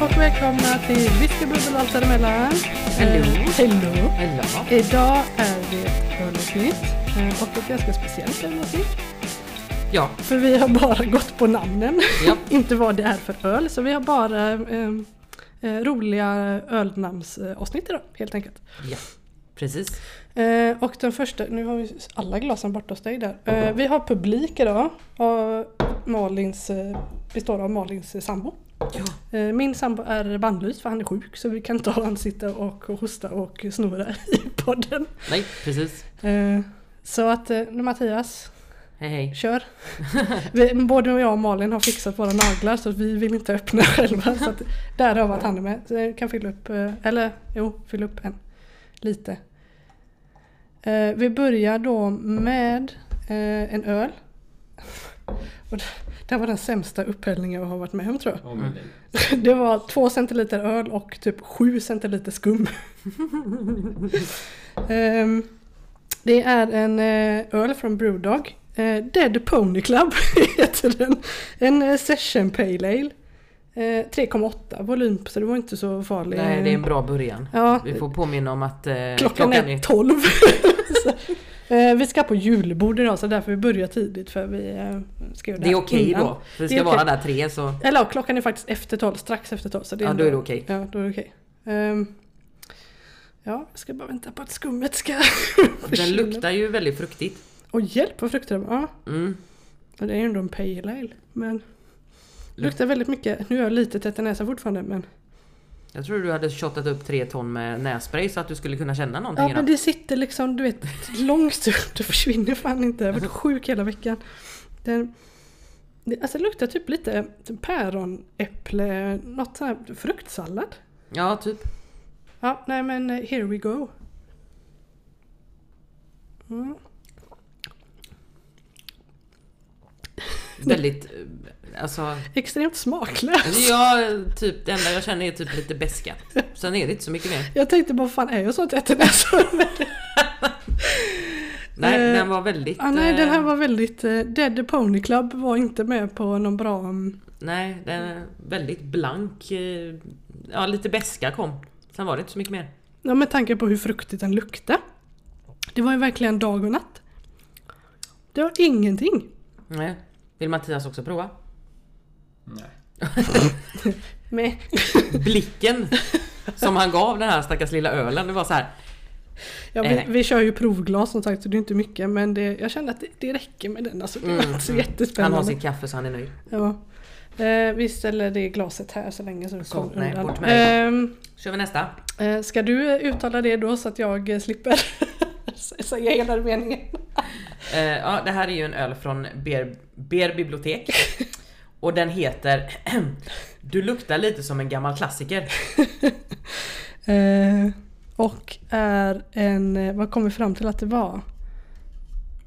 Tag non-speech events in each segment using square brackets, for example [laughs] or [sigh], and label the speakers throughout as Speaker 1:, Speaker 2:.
Speaker 1: och välkomna till Whiskybubbel och allt däremellan.
Speaker 2: Hallå.
Speaker 1: Eh, Hello.
Speaker 2: Ja.
Speaker 1: Idag är det ölavsnitt eh, och ett ganska speciellt ölavsnitt.
Speaker 2: Ja.
Speaker 1: För vi har bara [laughs] gått på namnen,
Speaker 2: Ja.
Speaker 1: [laughs] inte vad det är för öl. Så vi har bara eh, eh, roliga ölnamnsavsnitt idag helt enkelt.
Speaker 2: ja. Precis.
Speaker 1: Eh, och den första, nu har vi alla glasen borta hos dig där. Eh, vi har publik idag. Och Malins, eh, består av Malins eh, sambo.
Speaker 2: Ja.
Speaker 1: Eh, min sambo är bannlyst för han är sjuk så vi kan inte ha han sitta och hosta och snurra [laughs] i podden.
Speaker 2: Nej, precis.
Speaker 1: Eh, så att eh, nu Mattias,
Speaker 2: Hej hej.
Speaker 1: kör! Vi, både jag och Malin har fixat våra naglar så att vi vill inte öppna [laughs] själva. Så att, därav att han är med. Så jag kan fylla upp, eh, eller jo, fylla upp en. Lite. Eh, vi börjar då med eh, en öl. [laughs] Och det, det här var den sämsta upphällningen jag har varit med om tror jag.
Speaker 3: Ja, men
Speaker 1: [laughs]
Speaker 3: det-
Speaker 1: Det var två centiliter öl och typ sju centiliter skum.
Speaker 2: [laughs]
Speaker 1: Ehm, det är en eh, öl från Brewdog. Eh, Dead Pony Club [laughs] heter den. En eh, Session Pale Ale. Eh, 3,8 volym så det var inte så farligt.
Speaker 2: Nej, det är en bra början.
Speaker 1: ja,
Speaker 2: Vi får påminna om att eh,
Speaker 1: klockan, är 12. så, [laughs] eh, vi ska på julbord idag så därför vi börjar tidigt för vi eh, ska göra
Speaker 2: Det är
Speaker 1: här
Speaker 2: okej
Speaker 1: innan.
Speaker 2: då. Vi
Speaker 1: Det
Speaker 2: ska
Speaker 1: är okej.
Speaker 2: vara där tre så...
Speaker 1: Eller ja, klockan är faktiskt efter 12, strax efter 12. Så det
Speaker 2: Ja,
Speaker 1: ändå-
Speaker 2: då är det okej.
Speaker 1: Ja, då är det okej. Ehm, ja, jag ska bara vänta på att skummet ska
Speaker 2: Den
Speaker 1: försvinna.
Speaker 2: luktar ju väldigt fruktigt.
Speaker 1: Och hjälp vad frukter det var. Ja,
Speaker 2: Mm.
Speaker 1: och det är ju ändå en pale ale. Men luktar väldigt mycket. Nu är jag lite tätt i näsan fortfarande men.
Speaker 2: Jag tror du hade shottat upp tre ton med nässpray så att du skulle kunna känna någonting
Speaker 1: Ja
Speaker 2: idag.
Speaker 1: men det sitter liksom du vet långt upp. Det försvinner fan inte. Jag har varit sjuk hela veckan. Den, det, alltså det luktar typ lite päron, äpple, något sånt här fruktsallad.
Speaker 2: Ja, typ.
Speaker 1: Ja, nej men eh, here we go. Mm.
Speaker 2: Väldigt... eh, Alltså...
Speaker 1: Extremt smaklös.
Speaker 2: Ja, typ det enda jag känner är typ lite beska. Sen är det inte så mycket mer.
Speaker 1: Jag tänkte bara, fan är jag så tätt i näsan?
Speaker 2: Nej,
Speaker 1: Eh,
Speaker 2: den var väldigt...
Speaker 1: ah, nej, den här
Speaker 2: eh,
Speaker 1: var väldigt... eh, Dead Pony Club var inte med på någon bra... mm,
Speaker 2: Nej, den är väldigt blank. eh, Ja, lite beska kom. Sen var det inte så mycket mer.
Speaker 1: Ja, med tanke på hur fruktigt den luktade. Det var ju verkligen dag och natt. Det var ingenting.
Speaker 2: Nej. Vill Mattias också prova?
Speaker 3: Nej.
Speaker 1: Nej.
Speaker 2: Blicken som han gav den här stackars lilla ölen. Det var så här.
Speaker 1: Ja,
Speaker 2: Nej,
Speaker 1: vi,
Speaker 2: nej.
Speaker 1: vi kör ju provglas som sagt så det är inte mycket men det, jag kände att det, det räcker med den. Alltså, det var
Speaker 2: Mm,
Speaker 1: inte så
Speaker 2: mm. Han
Speaker 1: jättespännande.
Speaker 2: har sitt kaffe så han är nöjd.
Speaker 1: Ja. Eh, vi ställer det glaset här så länge så det
Speaker 2: Så,
Speaker 1: kommer
Speaker 2: nej,
Speaker 1: undan.
Speaker 2: bort med
Speaker 1: Ehm,
Speaker 2: Kör vi nästa?
Speaker 1: eh, ska du eh, uttala det då så att jag eh, slipper [laughs] sä- säga hela meningen?
Speaker 2: Eh, ja, det här är ju en öl från Ber, Ber bibliotek. Och den heter [clears throat] Du luktar lite som en gammal klassiker.
Speaker 1: Eh, och är en, eh, vad kom vi fram till att det var? Eh,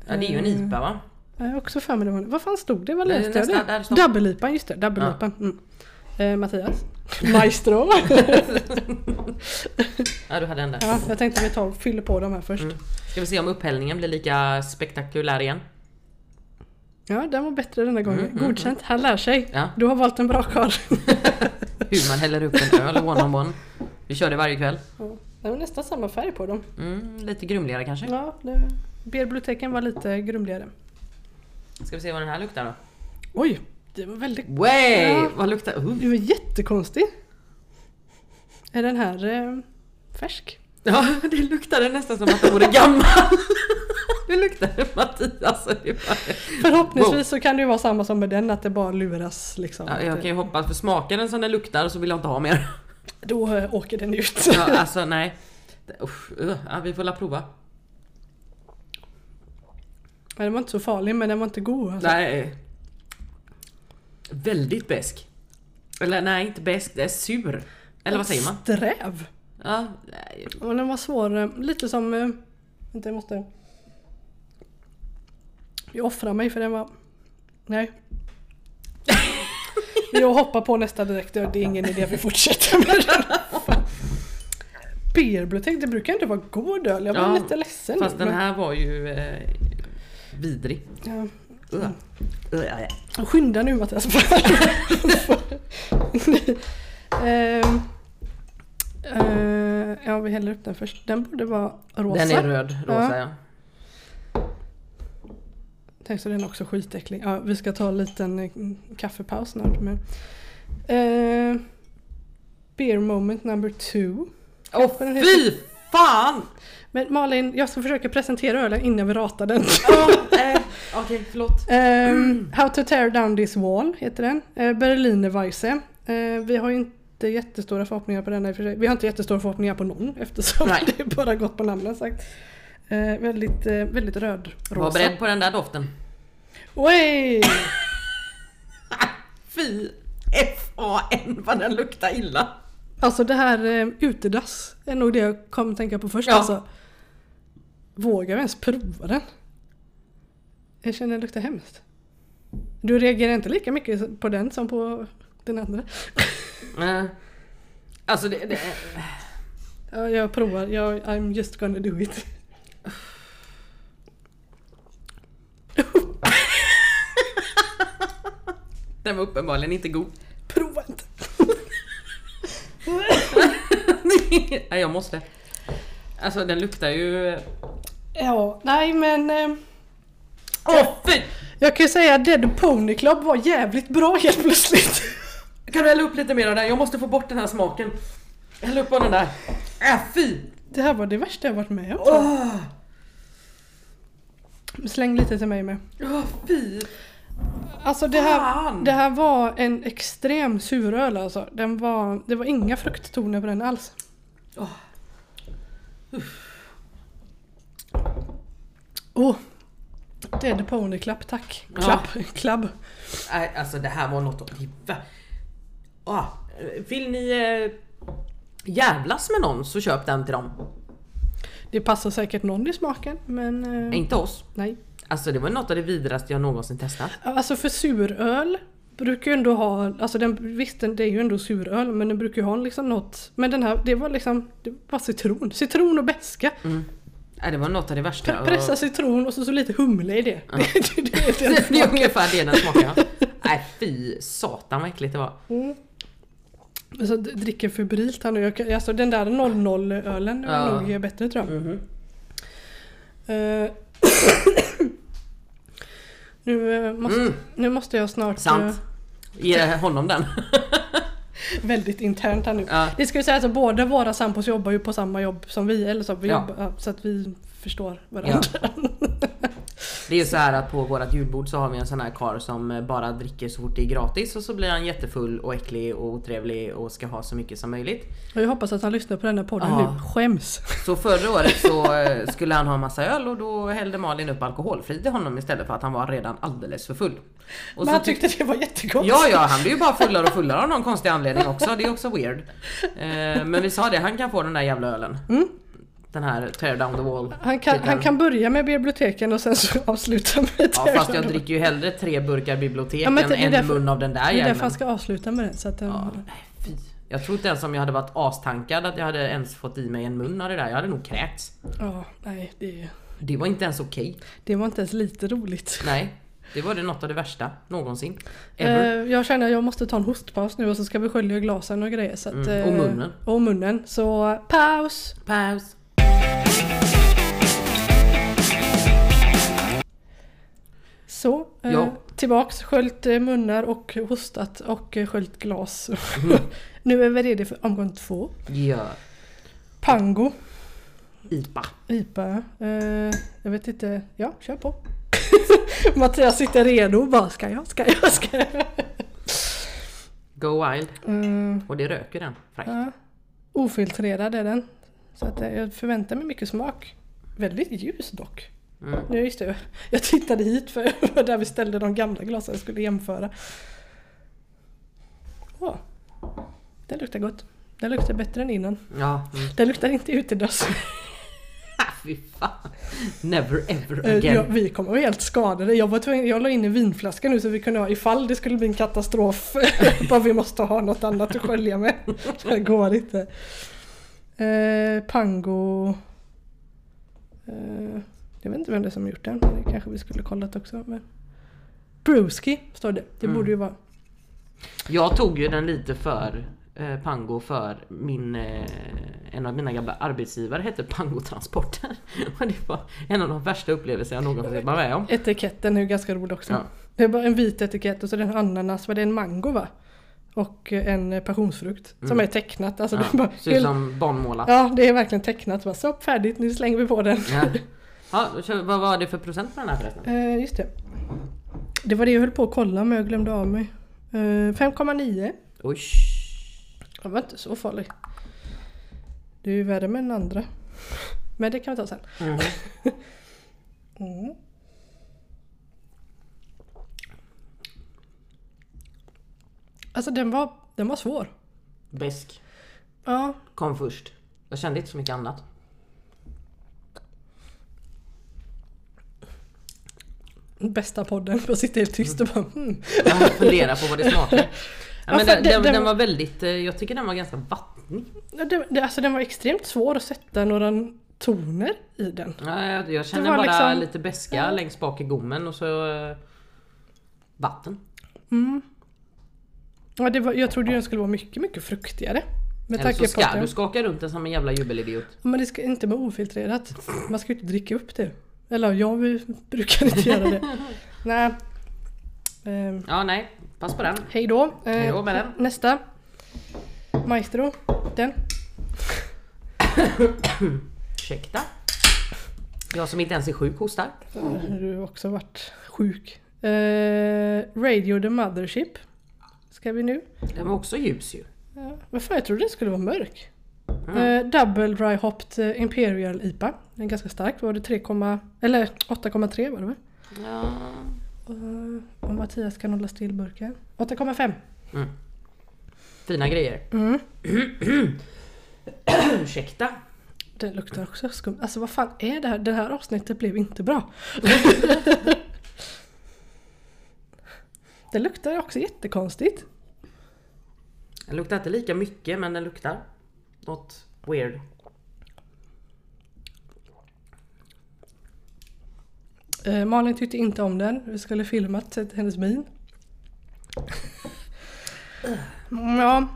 Speaker 2: Ja, det är ju en IPA va?
Speaker 1: Jag har också för mig det var, vad fan stod det? Vad
Speaker 2: Eh,
Speaker 1: läste jag
Speaker 2: nästa,
Speaker 1: Mm. det?
Speaker 2: där står-
Speaker 1: Dubbelipan, just det, dubbelipan. Mm. Eh, Mattias? [laughs] Maestro? [laughs]
Speaker 2: Ja, du hade den där.
Speaker 1: ja, jag tänkte vi tar och fyller på de här först.
Speaker 2: Mm. Ska vi se om upphällningen blir lika spektakulär igen?
Speaker 1: Ja, den var bättre denna gången.
Speaker 2: Mm, mm,
Speaker 1: Godkänt, han lär sig.
Speaker 2: Ja.
Speaker 1: Du har valt en bra
Speaker 2: [laughs]
Speaker 1: karl.
Speaker 2: Hur man häller upp en öl one on one. Vi kör det varje kväll.
Speaker 1: Ja, Det var nästan samma färg på dem.
Speaker 2: Mm, lite grumligare kanske.
Speaker 1: Ja, det... Biblioteken var lite grumligare.
Speaker 2: Ska vi se vad den här luktar då?
Speaker 1: Oj, det var väldigt...
Speaker 2: Way!
Speaker 1: Ja.
Speaker 2: Vad luktar... Uh.
Speaker 1: Du var jättekonstig. Är den här eh, färsk?
Speaker 2: Ja, [laughs] det luktade nästan som att den vore gammal. [laughs] Det luktade Mattias. och det var-
Speaker 1: Förhoppningsvis
Speaker 2: Wow.
Speaker 1: så kan det ju vara samma som med den, att det bara luras liksom.
Speaker 2: Ja, jag kan ju hoppas, för smakar den som den luktar så vill jag inte ha mer.
Speaker 1: Då eh, åker den ut.
Speaker 2: [laughs] Ja, alltså nej. Usch, uh, ja, vi får la prova.
Speaker 1: [laughs] Men den var inte så farlig, men den var inte god. Alltså.
Speaker 2: Nej. Väldigt besk. Eller nej, inte besk, det är sur. Eller vad säger man?
Speaker 1: Sträv.
Speaker 2: Ja, nej.
Speaker 1: Och den var svår, eh, lite som... eh, Vänta, jag måste... Jag offrar mig för den var...
Speaker 2: [laughs]
Speaker 1: Nej. jag hoppar på nästa direkt, det är ingen idé att vi fortsätter med
Speaker 2: [laughs]
Speaker 1: den. Beerblötek, det brukar inte vara god öl. Jag var
Speaker 2: Ja,
Speaker 1: lite ledsen.
Speaker 2: Fast
Speaker 1: nu,
Speaker 2: den
Speaker 1: men-
Speaker 2: här var ju eh, vidrig.
Speaker 1: Ja.
Speaker 2: Uh. Uh, [laughs]
Speaker 1: Skynda nu Mattias. Ehm, eh, ja, vi häller upp den först. Den borde vara rosa.
Speaker 2: Den är röd, rosa ja.
Speaker 1: Tänk så den är också skitäcklig. Ja, vi ska ta en liten eh, kaffepaus snart. Men. Eh, beer moment number two.
Speaker 2: Åh
Speaker 1: Vad den heter.
Speaker 2: fy fan!
Speaker 1: Men Malin, jag ska försöka presentera ölen innan vi ratar den.
Speaker 2: Åh, eh, Okej, förlåt.
Speaker 1: Ehm, How to tear down this wall heter den. Eh, Berliner Weisse. Eh, vi har ju inte jättestora förhoppningar på den här i och för sig. Vi har inte jättestora förhoppningar på någon eftersom
Speaker 2: Nej.
Speaker 1: [laughs] det bara gått på namnet sagt. Eh, väldigt, eh, väldigt röd.
Speaker 2: Var beredd på den där doften.
Speaker 1: Oj!
Speaker 2: Fy F-A-N vad den luktar illa.
Speaker 1: Alltså det här eh, utedass är nog det jag kom tänka på först
Speaker 2: Ja.
Speaker 1: alltså. Vågar vi ens prova den? Jag känner den luktar hemskt. Du reagerar inte lika mycket på den som på den andra? [laughs]
Speaker 2: Eh, alltså det, det,
Speaker 1: Ja, jag provar. Jag, I'm just gonna do it. [laughs]
Speaker 2: den var uppenbarligen inte god. [laughs]
Speaker 1: Prova inte.
Speaker 2: Nej jag måste. Alltså den luktar ju...
Speaker 1: [laughs] Ja, nej men. Eh,
Speaker 2: Åh fy!
Speaker 1: jag kan ju säga att Dead Pony Club var jävligt bra helt plötsligt.
Speaker 2: Kan du hälla upp lite mer av den? Jag måste få bort den här smaken. Häll upp av den där. Äh, fy!
Speaker 1: Det här var det värsta jag varit med om.
Speaker 2: Åh,
Speaker 1: Släng lite till mig med.
Speaker 2: åh, fy!
Speaker 1: Alltså det här,
Speaker 2: Fan!
Speaker 1: det här var en extrem suröl alltså. Den var, det var inga frukttoner på den alls.
Speaker 2: Åh.
Speaker 1: Åh! Oh. Dead Pony Club, tack.
Speaker 2: Ja.
Speaker 1: Klapp, klabb.
Speaker 2: Nej, alltså det här var något att... va? Ah, vill ni eh, jävlas med någon så köp den till dem.
Speaker 1: Mm. Det passar säkert någon i smaken men... eh,
Speaker 2: Inte oss.
Speaker 1: Nej.
Speaker 2: Alltså det var något av det vidraste jag någonsin testat.
Speaker 1: Alltså för suröl brukar ju ändå ha, alltså den, visst den, det är ju ändå suröl men den brukar ju ha liksom något. Men den här, det var liksom, det var citron. Citron och beska.
Speaker 2: Mm, Nej, det var något av det värsta.
Speaker 1: Pre- pressa citron och så, så lite humle i det. [laughs] det, det, det, det,
Speaker 2: [laughs] det är ungefär det den smakar. Nej fy satan vad äckligt det var.
Speaker 1: Alltså, d- dricker febrilt här nu. Jag, kan- alltså, den där 00-ölen är
Speaker 2: Ja. Mm.
Speaker 1: nog bättre tror jag.
Speaker 2: Mhm.
Speaker 1: Eh, [coughs] nu, eh, måste,
Speaker 2: Mm.
Speaker 1: nu måste jag snart...
Speaker 2: Sant. Ge
Speaker 1: [laughs]
Speaker 2: honom den.
Speaker 1: eh, väldigt internt här nu.
Speaker 2: Ja.
Speaker 1: Det ska ju sägas att alltså, båda våra sambos jobbar ju på samma jobb som vi. Eller så, vi
Speaker 2: Ja.
Speaker 1: jobbar, ja, så att vi förstår varandra.
Speaker 2: Det är ju så här att på vårat julbord så har vi en sån här karl som eh, bara dricker så fort det är gratis och så blir han jättefull och äcklig och otrevlig och ska ha så mycket som möjligt.
Speaker 1: Och jag hoppas att han lyssnar på den här podden
Speaker 2: Ja.
Speaker 1: nu. Skäms!
Speaker 2: Så förra året så eh, skulle han ha massa öl och då hällde Malin upp alkoholfri till honom istället för att han var redan alldeles för full. Och
Speaker 1: Men
Speaker 2: så
Speaker 1: han
Speaker 2: tyck-
Speaker 1: tyckte det var jättegott.
Speaker 2: Ja, ja, han blir ju bara fullare och fullare av någon konstig anledning också. Det är också weird. Eh, men vi sa det, han kan få den där jävla ölen. Den här tear down the wall.
Speaker 1: Mm. Han kan,
Speaker 2: titeln.
Speaker 1: han kan börja med biblioteken och sen så [laughs] avsluta med
Speaker 2: Ja, fast jag dricker ju hellre tre burkar bibliotek
Speaker 1: Ja, men det är
Speaker 2: än en
Speaker 1: därför-
Speaker 2: mun av den där
Speaker 1: Det är
Speaker 2: jäveln.
Speaker 1: därför han ska avsluta med den. Så att eh, den
Speaker 2: Ja, nej, fy. Jag tror inte ens om jag hade varit astankad att jag hade ens fått i mig en mun av det där. Jag hade nog kräkts.
Speaker 1: Ja, nej det,
Speaker 2: Det var inte ens okej.
Speaker 1: det var inte ens lite roligt.
Speaker 2: Nej. Det var det något av det värsta någonsin. Ever.
Speaker 1: Eh, jag känner att jag måste ta en hostpaus nu och så ska vi skölja glasen och grejer. Så att,
Speaker 2: Mm, och
Speaker 1: eh,
Speaker 2: munnen.
Speaker 1: Och munnen. Så paus!
Speaker 2: Paus.
Speaker 1: Så, eh,
Speaker 2: Ja.
Speaker 1: tillbaks, sköljt eh, munnar och hostat och eh, sköljt glas. [laughs] nu är vi redo för omgång två.
Speaker 2: Ja.
Speaker 1: Pango,
Speaker 2: IPA.
Speaker 1: IPA. Eh, jag vet inte, ja kör på. [laughs] Mattias sitter redo och bara ska jag, ska jag, ska jag.
Speaker 2: Go wild.
Speaker 1: Eh,
Speaker 2: Och det röker den. Fräckt.
Speaker 1: Ja. Ofiltrerad är den. Så att eh, jag förväntar mig mycket smak. Väldigt ljus dock.
Speaker 2: Mm.
Speaker 1: Nu just det, jag tittade hit för för där vi ställde de gamla glasen jag skulle jämföra. Åh, den luktar gott. Den luktar bättre än innan.
Speaker 2: Ja.
Speaker 1: [laughs]
Speaker 2: Mm. [laughs]
Speaker 1: Den luktar inte utedass.
Speaker 2: Ah, Fy fan. Never ever
Speaker 1: Eh,
Speaker 2: again.
Speaker 1: Jag, vi kommer vara helt skadade. Jag, var tvungen, jag la in en vinflaska nu så vi kunde ha ifall det skulle bli en katastrof. [laughs] Bara vi måste ha något annat att skölja med. [laughs] Det här går inte. Eh, pango. Eh, jag vet inte vem det är som har gjort den. men Det kanske vi skulle kollat också. Men... Brewski står det. Det
Speaker 2: Mm.
Speaker 1: borde ju vara.
Speaker 2: Jag tog ju den lite för eh, Pango för min, eh, en av mina gamla arbetsgivare hette Pango Transporter. [laughs] och det var en av de värsta upplevelser jag någonsin var med om.
Speaker 1: Etiketten är ju ganska rolig också.
Speaker 2: Ja.
Speaker 1: Det är bara en vit etikett och så är det en ananas, vad är det en mango va? Och en passionsfrukt som är tecknat. Alltså det är
Speaker 2: Mm. ja,
Speaker 1: bara,
Speaker 2: ser ut som barnmålat. Ja.
Speaker 1: ja, det är verkligen tecknat. Bara, så färdigt, nu slänger vi på den.
Speaker 2: Ja, då kör vi. vad var det för procent på den här förresten?
Speaker 1: Eh, just det. Det var det jag höll på att kolla men jag glömde av mig. Eh, 5,9.
Speaker 2: Oj.
Speaker 1: Det var inte så farlig. Det är ju värre med den andra. Men det kan vi ta sen.
Speaker 2: Mhm.
Speaker 1: [laughs] Mm. Alltså den var, den var svår.
Speaker 2: Besk.
Speaker 1: Ja,
Speaker 2: Kom först. Jag kände inte så mycket annat.
Speaker 1: bästa podden. Jag sitter helt tyst och bara hmm.
Speaker 2: Jag funderar på vad
Speaker 1: [laughs]
Speaker 2: det smakar. Ja, men
Speaker 1: för
Speaker 2: den,
Speaker 1: det-
Speaker 2: den,
Speaker 1: den-
Speaker 2: den var väldigt, eh, jag tycker den var ganska vattnig.
Speaker 1: Ja, Det, det, alltså den var extremt svår att sätta några toner i den.
Speaker 2: Ja, jag, jag känner
Speaker 1: var
Speaker 2: bara
Speaker 1: liksom-
Speaker 2: lite beska
Speaker 1: Ja.
Speaker 2: längst bak i gommen och så eh, vatten.
Speaker 1: Mm. Ja, det var, jag trodde ju den skulle vara mycket, mycket fruktigare. Med
Speaker 2: Eller så
Speaker 1: tanke på att
Speaker 2: ska du
Speaker 1: den,
Speaker 2: skaka runt den som en jävla jubelidiot.
Speaker 1: Men det ska inte vara ofiltrerat. Man ska ju inte dricka upp det. Eller jag vi [laughs] brukar inte göra
Speaker 2: [laughs]
Speaker 1: det. Nej. Ehm,
Speaker 2: Ja, nej. Pass på den.
Speaker 1: hej då. Ehm,
Speaker 2: Hej då med den.
Speaker 1: Nästa. Maestro. Den.
Speaker 2: Ursäkta. Jag som inte ens är sjuk hostar.
Speaker 1: Du har också varit sjuk. Ehm, Radio the Mothership. Ska vi nu?
Speaker 2: Den var också ljus ju.
Speaker 1: Ja. Vad fan, jag trodde den skulle vara mörk.
Speaker 2: Mm.
Speaker 1: Ehm, double Dry Hopped eh, Imperial IPA. Den är ganska stark. Var det 3, eller 8,3 var det väl?
Speaker 2: Ja.
Speaker 1: Ehm, Om Mattias kan hålla still burken. 8,5.
Speaker 2: Mm. Fina grejer.
Speaker 1: Mm.
Speaker 2: [clears throat] Ursäkta.
Speaker 1: Det luktar också skumt. Alltså vad fan är det här? Det här avsnittet blev inte bra. det luktar också jättekonstigt.
Speaker 2: Den luktar inte lika mycket men den luktar något weird.
Speaker 1: Eh, Malin tyckte inte om den. Vi skulle filmat sett hennes min. Mm, ja.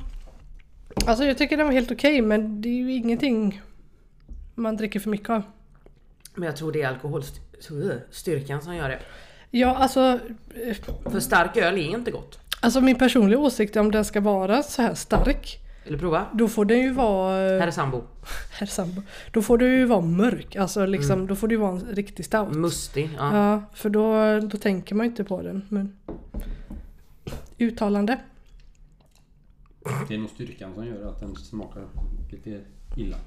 Speaker 1: Alltså jag tycker den var helt okej men det är ju ingenting man dricker för mycket av.
Speaker 2: Men jag tror det är alkoholstyrkan som gör det.
Speaker 1: Ja alltså, eh,
Speaker 2: För stark öl är inte gott.
Speaker 1: alltså min personliga åsikt är om den ska vara så här stark
Speaker 2: Vill du prova?
Speaker 1: då får den ju vara... eh,
Speaker 2: Här är sambo.
Speaker 1: Herr sambo. Då får du ju vara mörk, alltså liksom, då får du ju vara en riktig
Speaker 2: Mm.
Speaker 1: stout.
Speaker 2: Mustig. Ja.
Speaker 1: Ja, för då, då tänker man ju inte på den. Men... Uttalande.
Speaker 3: Det är nog styrkan som gör att den smakar lite illa.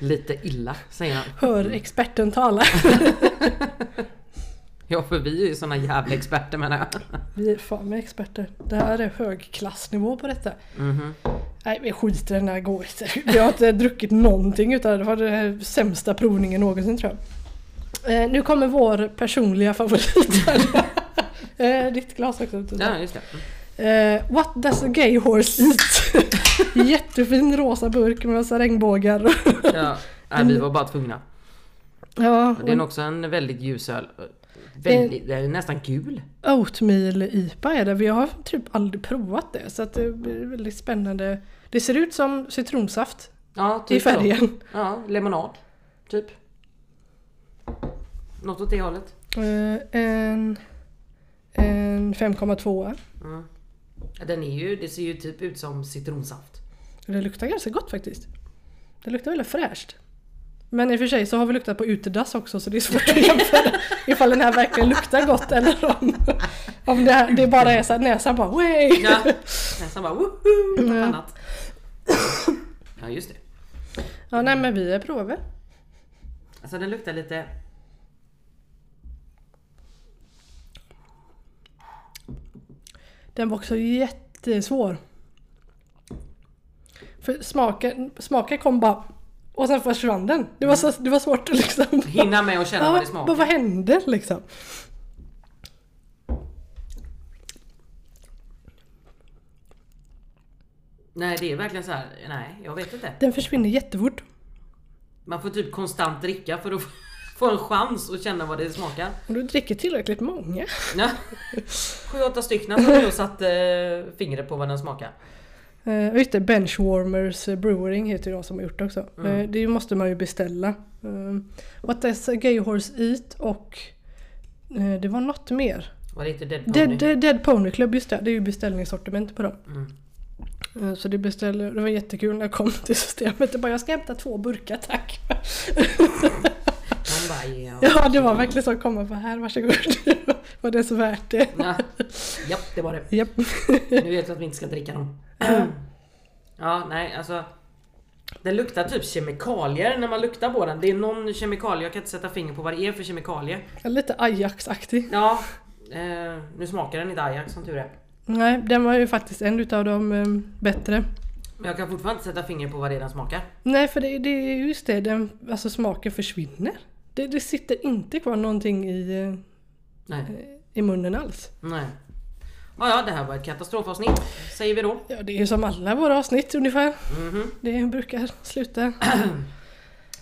Speaker 2: Lite illa säger han.
Speaker 1: Hör experten tala.
Speaker 2: Ja för vi är ju såna jävla experter menar jag.
Speaker 1: Vi är fan med experter. Det här är högklassnivå på detta.
Speaker 2: Mhm.
Speaker 1: Nej vi skiter i den här går [laughs] inte. Jag har inte druckit någonting utan det var den här sämsta provningen någonsin tror jag. Eh, nu kommer vår personliga favorit. här. [laughs] eh, ditt glas också.
Speaker 2: Ja just det.
Speaker 1: Eh, what does a gay horse eat? [laughs] Jättefin rosa burk med massa regnbågar.
Speaker 2: Ja. Nej, vi var bara tvungna.
Speaker 1: ja,
Speaker 2: Det är nog också en väldigt ljus öl. Väldigt, Mm. det är nästan gul.
Speaker 1: oatmeal IPA är det. Vi har typ aldrig provat det så att det blir väldigt spännande. Det ser ut som citronsaft
Speaker 2: Ja,
Speaker 1: i
Speaker 2: typ så.
Speaker 1: färgen.
Speaker 2: Ja, lemonad. Typ. Något åt det hållet.
Speaker 1: Eh, en en 5,2.
Speaker 2: Mm. Den är ju, det ser ju typ ut
Speaker 1: [laughs]
Speaker 2: som citronsaft.
Speaker 1: Det luktar ganska gott faktiskt. Det luktar väldigt fräscht. Men i och för sig så har vi luktat på utedass också så det är svårt att jämföra [laughs] ifall den här verkligen luktar gott eller om, om det, här, det bara är så här, näsan bara way.
Speaker 2: Ja, nästan bara woho! Något annat. Ja, just det.
Speaker 1: Ja nej men vi provar väl.
Speaker 2: Alltså den luktar lite...
Speaker 1: Den var också jättesvår. För smaken, smaken kom bara och sen försvann den. Det var, så, det var svårt att liksom...
Speaker 2: Hinna med att känna vad
Speaker 1: Ja,
Speaker 2: det smakar.
Speaker 1: bara vad hände liksom?
Speaker 2: Nej, det är verkligen så här. Nej, jag vet inte.
Speaker 1: Den försvinner jättefort.
Speaker 2: Man får typ konstant dricka för att [laughs] få en chans att känna vad det smakar.
Speaker 1: Och du dricker tillräckligt många.
Speaker 2: Ja. Sju, åtta stycken som jag satt eh, fingret på vad den smakar.
Speaker 1: Eh, Eh, och just det, Benchwarmers Brewing heter ju de som har gjort det också.
Speaker 2: Mm.
Speaker 1: Eh, det måste man ju beställa. Eh, What does a gay horse eat och eh, det var något mer.
Speaker 2: Var det inte Dead Pony?
Speaker 1: Dead, eh, Dead Pony Club, just det. Det är ju beställningssortiment på dem.
Speaker 2: Mm.
Speaker 1: Eh, Så det beställde, det var jättekul när jag kom till systemet. Jag bara, jag ska hämta två burkar tack.
Speaker 2: Man bara, ja.
Speaker 1: Ja, det var verkligen så att komma på här, varsågod. [laughs] Var det så värt det?
Speaker 2: Ja, Japp, det var det.
Speaker 1: Japp.
Speaker 2: Nu vet vi att vi inte ska dricka dem. [clears throat] Ja, nej alltså. Den luktar typ kemikalier när man luktar på den. Det är någon kemikalie, jag kan inte sätta finger på vad det är för kemikalie.
Speaker 1: Jag är Lite Ajax-aktig.
Speaker 2: Ja, eh, nu smakar den inte Ajax som tur är.
Speaker 1: Nej, den var ju faktiskt en utav de eh, bättre.
Speaker 2: Men jag kan fortfarande inte sätta finger på vad det är den smakar.
Speaker 1: Nej, för det, det är just det, den, alltså smaken försvinner. Det, det sitter inte kvar någonting i, eh,
Speaker 2: Nej,
Speaker 1: i munnen alls.
Speaker 2: nej. Ja, ja, det här var ett katastrofavsnitt, säger vi då.
Speaker 1: Ja, det är ju som alla våra avsnitt ungefär.
Speaker 2: Mhm.
Speaker 1: Det brukar sluta.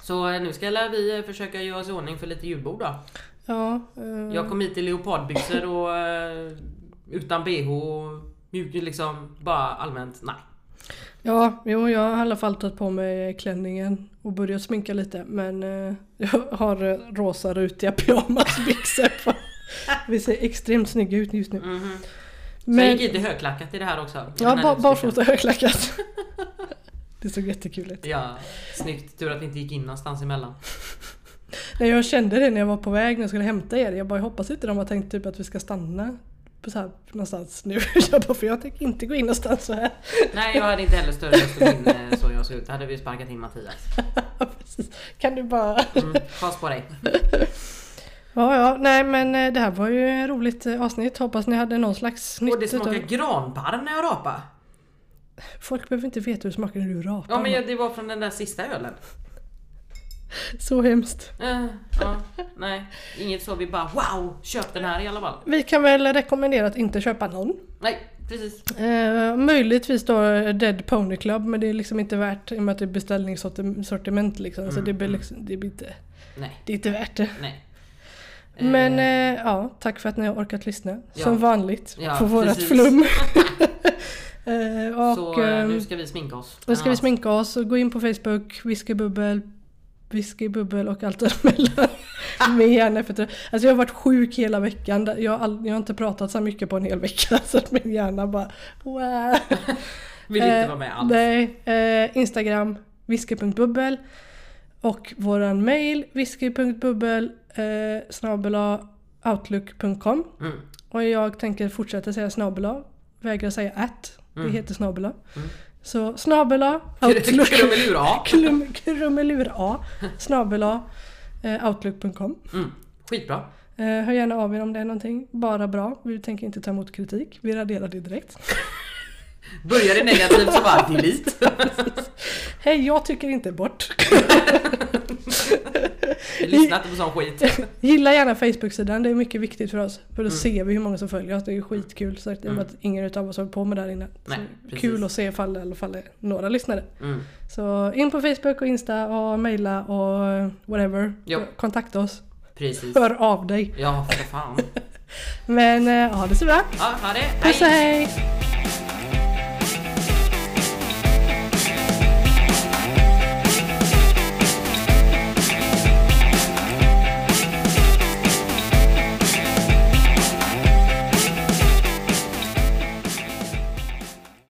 Speaker 2: Så eh, nu ska alla vi eh, försöka göra oss i ordning för lite julbord då.
Speaker 1: Ja, eh,
Speaker 2: Jag kom hit i leopardbyxor och eh, utan bh och mjuk liksom bara allmänt nej.
Speaker 1: Ja, jo, jag har i alla fall tagit på mig klänningen och börjat sminka lite men eh, jag har eh, rosa rutiga pyjamasbyxor
Speaker 2: [laughs]
Speaker 1: på. Vi ser extremt snygga ut just nu.
Speaker 2: Mhm. Så jag
Speaker 1: Mm. Men,
Speaker 2: gick lite högklackat i det här också. Den
Speaker 1: ja,
Speaker 2: här
Speaker 1: ba-
Speaker 2: utstycken.
Speaker 1: barfota högklackat. Det såg jättekul ut.
Speaker 2: Ja, snyggt. Tur att vi inte gick in någonstans emellan.
Speaker 1: Nej, jag kände det när jag var på väg när jag skulle hämta er. Jag bara, jag hoppas inte de har tänkt typ att vi ska stanna på så här, någonstans nu. [laughs] Jag bara, för jag tänker inte gå in någonstans så här.
Speaker 2: Nej, jag hade inte heller större lust att gå in eh, så jag såg ut. Då hade vi sparkat in Mattias.
Speaker 1: Precis. Kan du bara...
Speaker 2: Mm, pass på dig.
Speaker 1: Ja, ja, nej men eh, det här var ju ett roligt eh, avsnitt. Hoppas ni hade någon slags
Speaker 2: Och det
Speaker 1: nytt
Speaker 2: smakar
Speaker 1: utav...
Speaker 2: granbarr när jag rapar.
Speaker 1: Folk behöver inte veta hur det smakar när du rapar.
Speaker 2: Ja, men jag- det var från den där sista ölen.
Speaker 1: Så hemskt.
Speaker 2: Eh, ja, nej, inget så. Vi bara wow, köp den här i alla fall.
Speaker 1: Vi kan väl rekommendera att inte köpa någon.
Speaker 2: Nej, precis.
Speaker 1: Eh, möjligtvis då eh, Dead Pony Club men det är liksom inte värt i och med att det är beställningssortiment liksom.
Speaker 2: Mm,
Speaker 1: så det blir liksom, det blir inte,
Speaker 2: Nej,
Speaker 1: det är inte värt det.
Speaker 2: nej. Eh,
Speaker 1: Men eh, ja, tack för att ni har orkat lyssna.
Speaker 2: Ja.
Speaker 1: Som vanligt
Speaker 2: Ja,
Speaker 1: på vårat
Speaker 2: precis.
Speaker 1: flum.
Speaker 2: [laughs]
Speaker 1: [laughs] eh, och,
Speaker 2: så eh,
Speaker 1: ehm,
Speaker 2: nu ska vi sminka oss.
Speaker 1: Nu ska vi sminka oss och gå in på Facebook, whiskybubbel, whiskybubbel och allt
Speaker 2: [laughs]
Speaker 1: däremellan. Med hjärna efter Alltså jag har varit sjuk hela veckan. Jag har, all, jag har inte pratat så här mycket på en hel vecka [laughs] så att min hjärna bara wow.
Speaker 2: Vill inte
Speaker 1: Eh,
Speaker 2: vara med alls.
Speaker 1: Nej. Eh, Instagram, whisky.bubbel och våran mail whisky.bubbel eh, snabel-a outlook.com
Speaker 2: Mm. [laughs]
Speaker 1: och jag tänker fortsätta säga snabel-a, vägrar säga att.
Speaker 2: Mm.
Speaker 1: Det heter snabel-a. Så
Speaker 2: [laughs]
Speaker 1: snabel-a outlook.
Speaker 2: Krumelur, ja.
Speaker 1: Klum- Krumelur-A snabel-A eh, outlook.com
Speaker 2: Mm. Skitbra.
Speaker 1: eh, Hör gärna av er om det är någonting. Bara bra. Vi tänker inte ta emot kritik. Vi raderar det direkt.
Speaker 2: Börjar det negativt så bara delete.
Speaker 1: Hej, jag tycker inte bort.
Speaker 2: Lyssna inte på sån skit.
Speaker 1: Gilla gärna Facebook-sidan. Det är mycket viktigt för oss.
Speaker 2: Mm.
Speaker 1: För då ser vi hur många som följer oss. Det är ju skitkul. Så att, mm. att ingen av oss har på med det här innan. Så
Speaker 2: Nej, precis.
Speaker 1: kul att se ifall det i alla fall är några lyssnare.
Speaker 2: Mm.
Speaker 1: Så in på Facebook och Insta och mejla och eh, whatever.
Speaker 2: Ja.
Speaker 1: Kontakta oss.
Speaker 2: Precis.
Speaker 1: Hör av dig.
Speaker 2: Ja, för fan.
Speaker 1: Men eh, ja, det ser bra.
Speaker 2: Ja, ha det.
Speaker 1: Puss och hej!